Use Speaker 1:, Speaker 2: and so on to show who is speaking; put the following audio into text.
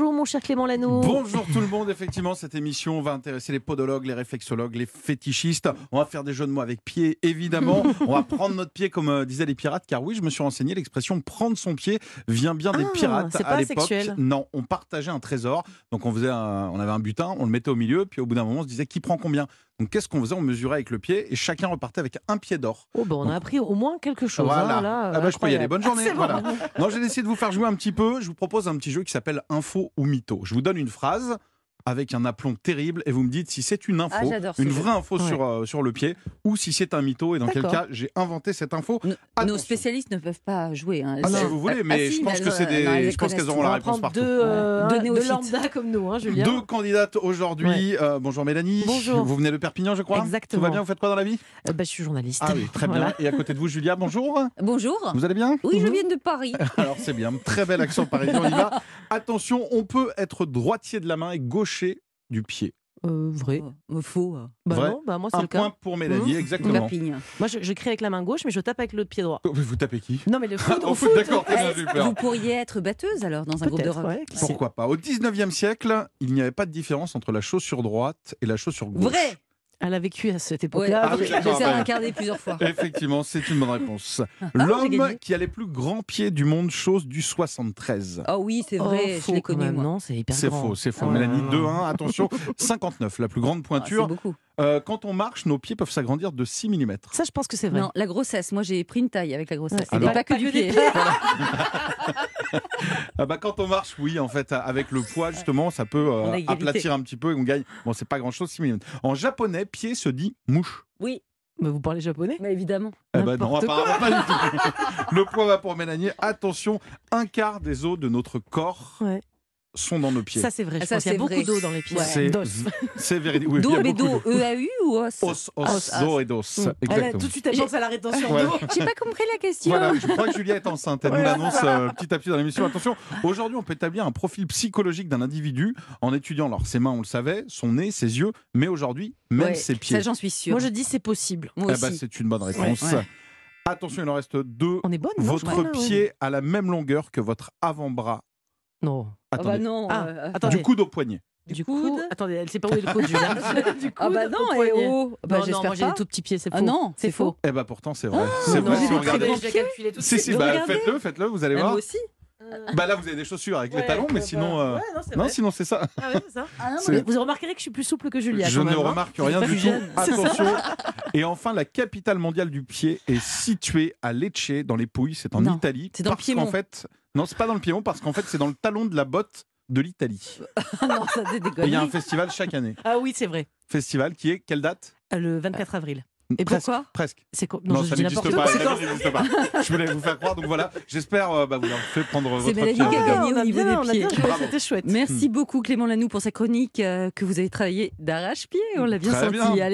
Speaker 1: mon cher Clément Lano.
Speaker 2: Bonjour tout le monde, effectivement, cette émission va intéresser les podologues, les réflexologues, les fétichistes. On va faire des jeux de mots avec pied, évidemment. On va prendre notre pied, comme euh, disaient les pirates, car oui, je me suis renseigné, l'expression prendre son pied vient bien des
Speaker 1: Ah,
Speaker 2: pirates
Speaker 1: c'est
Speaker 2: à
Speaker 1: pas
Speaker 2: l'époque.
Speaker 1: sexuel.
Speaker 2: Non, on partageait un trésor, donc on, faisait un- on avait un butin, on le mettait au milieu, puis au bout d'un moment, on se disait qui prend combien. Donc qu'est-ce qu'on faisait On mesurait avec le pied et chacun repartait avec un pied d'or.
Speaker 1: Oh, ben, on a appris au moins quelque chose.
Speaker 2: Voilà.
Speaker 1: hein, là,
Speaker 2: ah bah, je peux y aller.
Speaker 1: incroyable.
Speaker 2: Bonne journée.
Speaker 1: C'est bon.
Speaker 2: Voilà. Non, j'ai décidé de vous faire jouer un petit peu. Je vous propose un petit jeu qui s'appelle Info ou Mytho. Je vous donne une phrase avec un aplomb terrible et vous me dites si c'est une info,
Speaker 3: Ah, j'adore ce
Speaker 2: une
Speaker 3: jeu.
Speaker 2: vraie info
Speaker 1: Ouais.
Speaker 2: sur, euh, sur le pied ou si c'est un mytho et dans quel
Speaker 1: D'accord.
Speaker 2: cas j'ai inventé cette info.
Speaker 3: Nos-
Speaker 2: Attention.
Speaker 3: Nos spécialistes ne peuvent pas jouer. hein.
Speaker 2: Ah, si
Speaker 3: C'est-
Speaker 2: vous voulez, mais
Speaker 3: si,
Speaker 2: je pense
Speaker 3: mais
Speaker 2: que c'est
Speaker 3: non,
Speaker 2: des-
Speaker 3: non, elles
Speaker 2: je pense qu'elles
Speaker 3: connaissent
Speaker 2: auront
Speaker 3: tout.
Speaker 1: On
Speaker 2: la
Speaker 1: va
Speaker 2: réponse
Speaker 1: prendre
Speaker 2: partout.
Speaker 1: deux, euh,
Speaker 3: Deux
Speaker 1: un- deux
Speaker 3: néophytes.
Speaker 1: lambda comme nous, hein, Julien.
Speaker 2: Deux candidates aujourd'hui. Euh, bonjour Mélanie.
Speaker 1: Bonjour.
Speaker 2: Vous venez de Perpignan, je crois.
Speaker 1: Exactement.
Speaker 2: Tout va bien, vous faites quoi dans la vie
Speaker 1: Euh, bah, je suis journaliste.
Speaker 2: Ah oui, très bien.
Speaker 1: Voilà.
Speaker 2: Et à côté de vous, Julia, bonjour.
Speaker 3: Bonjour.
Speaker 2: Vous Ah, allez bien
Speaker 3: Oui, je viens de Paris.
Speaker 2: Alors c'est bien, très bel accent parisien, on y va. Attention, on peut être droitier de la main et gaucher du pied.
Speaker 1: Euh, vrai.
Speaker 3: Oh, Faux. euh,
Speaker 1: Bah
Speaker 2: Vrai.
Speaker 1: non, bah moi c'est
Speaker 2: Un
Speaker 1: le cas.
Speaker 2: point pour Mélanie,
Speaker 1: Mmh.
Speaker 2: exactement.
Speaker 3: Perpignan.
Speaker 1: Moi je, je crée avec la main gauche, mais je tape avec le pied droit.
Speaker 2: Vous tapez qui
Speaker 1: Non mais le foot,
Speaker 2: Au
Speaker 1: au
Speaker 2: foot,
Speaker 1: foot.
Speaker 2: Oh, d'accord, très bien, j'ai eu peur.
Speaker 3: Vous pourriez être batteuse alors dans un groupe de
Speaker 1: Peut-être,
Speaker 3: rock.
Speaker 1: ouais.
Speaker 2: Pourquoi pas Au 19e siècle, il n'y avait pas de différence entre la chaussure droite et la chaussure gauche.
Speaker 3: Vrai.
Speaker 1: Elle a vécu à cette
Speaker 3: Ouais,
Speaker 1: époque-là.
Speaker 2: Ah oui,
Speaker 3: j'ai- j'ai
Speaker 2: d'accord,
Speaker 3: fait
Speaker 2: bah.
Speaker 3: incarner plusieurs fois.
Speaker 2: Effectivement, c'est une bonne réponse.
Speaker 3: Ah, j'ai
Speaker 2: L'homme
Speaker 3: gagné.
Speaker 2: qui a les plus grands pieds du monde, chose du 73.
Speaker 3: Ah oui, c'est
Speaker 1: Oh,
Speaker 3: vrai, je
Speaker 1: faux
Speaker 3: l'ai
Speaker 1: quand
Speaker 3: connu
Speaker 1: même,
Speaker 3: moi. Ah,
Speaker 1: Non, c'est hyper
Speaker 2: C'est
Speaker 1: grand.
Speaker 2: faux, c'est faux.
Speaker 1: Ah,
Speaker 2: Mélanie,
Speaker 1: non, non.
Speaker 2: 2-1, attention. 59, la plus grande
Speaker 3: Ah, c'est
Speaker 2: pointure.
Speaker 3: beaucoup.
Speaker 2: Euh, quand on marche, nos pieds peuvent s'agrandir de 6 mm.
Speaker 1: Ça, je pense que c'est vrai.
Speaker 3: Non, la grossesse. Moi, j'ai pris une taille avec la grossesse.
Speaker 1: Ouais,
Speaker 3: Et
Speaker 2: alors-
Speaker 3: pas que du pied.
Speaker 2: Ah bah quand on marche, oui, en fait, avec le poids, justement, ça peut euh,
Speaker 3: On a égalité.
Speaker 2: aplatir un petit peu et on gagne. Bon, c'est pas grand-chose, 6 mm. En japonais, pied se dit mouche.
Speaker 3: Oui,
Speaker 1: Mais vous parlez japonais
Speaker 3: mais évidemment.
Speaker 2: Eh ben non,
Speaker 1: N'importe
Speaker 2: apparemment pas du tout. Le poids va pour Mélanie. Attention, un quart des os de notre corps
Speaker 1: Ouais.
Speaker 2: sont dans nos pieds.
Speaker 1: Ça, c'est vrai. Je
Speaker 3: Ah, Ça,
Speaker 1: pense qu'il y a
Speaker 3: c'est
Speaker 1: beaucoup
Speaker 3: vrai.
Speaker 1: d'eau dans les pieds.
Speaker 3: Ouais.
Speaker 2: C'est
Speaker 1: D'os.
Speaker 2: c'est véridique. Oui, il y
Speaker 3: Do,
Speaker 2: a
Speaker 3: mais
Speaker 2: beaucoup
Speaker 3: do, EAU E ou os
Speaker 2: de- Os, os,
Speaker 1: Os, Mm.
Speaker 2: dos et dos.
Speaker 1: Elle a tout
Speaker 2: Exactement.
Speaker 1: de suite elle pense à la rétention
Speaker 2: Ouais.
Speaker 1: d'eau.
Speaker 3: J'ai pas compris la question.
Speaker 2: Voilà, je crois que Julia est enceinte. Elle nous
Speaker 1: Voilà.
Speaker 2: l'annonce euh, petit à petit dans l'émission. Attention, aujourd'hui, on peut établir un profil psychologique d'un individu en étudiant alors ses mains, on le savait, son nez, ses yeux, mais aujourd'hui, même
Speaker 3: Ouais,
Speaker 2: ses pieds.
Speaker 3: Ça, j'en suis sûre.
Speaker 1: Moi, je dis c'est possible.
Speaker 3: Moi
Speaker 2: Eh ben,
Speaker 3: aussi.
Speaker 2: c'est une bonne réponse.
Speaker 3: Ouais, ouais.
Speaker 2: Attention, il en reste deux.
Speaker 1: On est bonne non, je
Speaker 2: Votre
Speaker 1: crois, là, ouais.
Speaker 2: pied a la même longueur que votre avant-bras.
Speaker 1: Non.
Speaker 3: Ah bah
Speaker 2: Attendez.
Speaker 3: non.
Speaker 1: Ah,
Speaker 3: euh,
Speaker 1: attendez.
Speaker 2: du coude au poignet.
Speaker 3: Du
Speaker 1: Du coude.
Speaker 3: coude.
Speaker 1: Attendez, elle sait pas où est le coude, Julien. du coude.
Speaker 3: Ah bah non,
Speaker 1: au
Speaker 3: et
Speaker 1: poignet.
Speaker 3: oh,
Speaker 1: non, non,
Speaker 3: bah
Speaker 1: moi
Speaker 3: j'espère
Speaker 1: j'ai
Speaker 3: pas.
Speaker 1: des tout petits pieds, c'est faux.
Speaker 3: Ah non,
Speaker 1: c'est
Speaker 3: c'est
Speaker 1: faux.
Speaker 2: Eh ben pourtant, c'est vrai.
Speaker 3: Ah,
Speaker 2: c'est vrai,
Speaker 1: Non,
Speaker 2: si
Speaker 1: j'ai
Speaker 2: vous
Speaker 1: des très
Speaker 2: regardez.
Speaker 1: belles- j'ai calculé tout de
Speaker 2: Si,
Speaker 1: suite.
Speaker 2: si, bah,
Speaker 1: Regardez.
Speaker 2: faites-le, faites-le, vous allez
Speaker 3: Ah,
Speaker 2: voir.
Speaker 3: Moi aussi.
Speaker 2: Bah là, vous avez des chaussures avec les
Speaker 1: Ouais,
Speaker 2: talons,
Speaker 1: bah,
Speaker 2: mais sinon, euh,
Speaker 1: ouais, non, c'est
Speaker 2: non,
Speaker 1: vrai.
Speaker 2: sinon c'est ça.
Speaker 1: Ah ouais, c'est ça.
Speaker 3: Ah non,
Speaker 2: C'est-
Speaker 1: Vous remarquerez que je suis plus souple que Julia.
Speaker 2: Je
Speaker 1: quand
Speaker 2: ne
Speaker 1: même, hein.
Speaker 2: remarque rien
Speaker 1: pas
Speaker 2: du tout.
Speaker 1: jeune. C'est ça.
Speaker 2: Attention. Et enfin, la capitale mondiale du pied est située à Lecce, dans les Pouilles. C'est en
Speaker 3: Non,
Speaker 2: Italie.
Speaker 3: c'est dans le
Speaker 2: parce
Speaker 3: Piémont.
Speaker 2: qu'en fait, non, c'est pas dans le Piémont, parce qu'en fait, c'est dans le talon de la botte de l'Italie.
Speaker 3: Ah non, ça c'est des
Speaker 2: Et Il y a un
Speaker 3: conneries.
Speaker 2: festival chaque année.
Speaker 1: Ah oui, c'est vrai.
Speaker 2: Festival qui est quelle date
Speaker 1: Euh, Le 24 avril. Et
Speaker 2: Presque.
Speaker 3: Pourquoi
Speaker 2: Presque.
Speaker 1: C'est quoi
Speaker 2: Ah. Non,
Speaker 1: je
Speaker 2: ça
Speaker 1: dis
Speaker 2: n'existe
Speaker 1: n'importe
Speaker 2: pas.
Speaker 1: quoi.
Speaker 2: évidemment, ça n'existe pas. Je voulais vous faire croire, donc voilà. J'espère euh, bah, vous leur fait prendre votre
Speaker 3: Mélanie
Speaker 2: pied.
Speaker 3: qui a gagné.
Speaker 1: Ah,
Speaker 3: au
Speaker 1: on a
Speaker 3: niveau
Speaker 1: bien,
Speaker 3: des
Speaker 1: on a bien
Speaker 3: pieds.
Speaker 1: joué,
Speaker 2: Bravo.
Speaker 1: C'était chouette.
Speaker 3: Merci beaucoup Clément Lanoux pour sa chronique euh, que vous avez travaillée d'arrache-pied, on l'a bien
Speaker 2: Très
Speaker 3: senti.
Speaker 2: bien.
Speaker 3: Allez,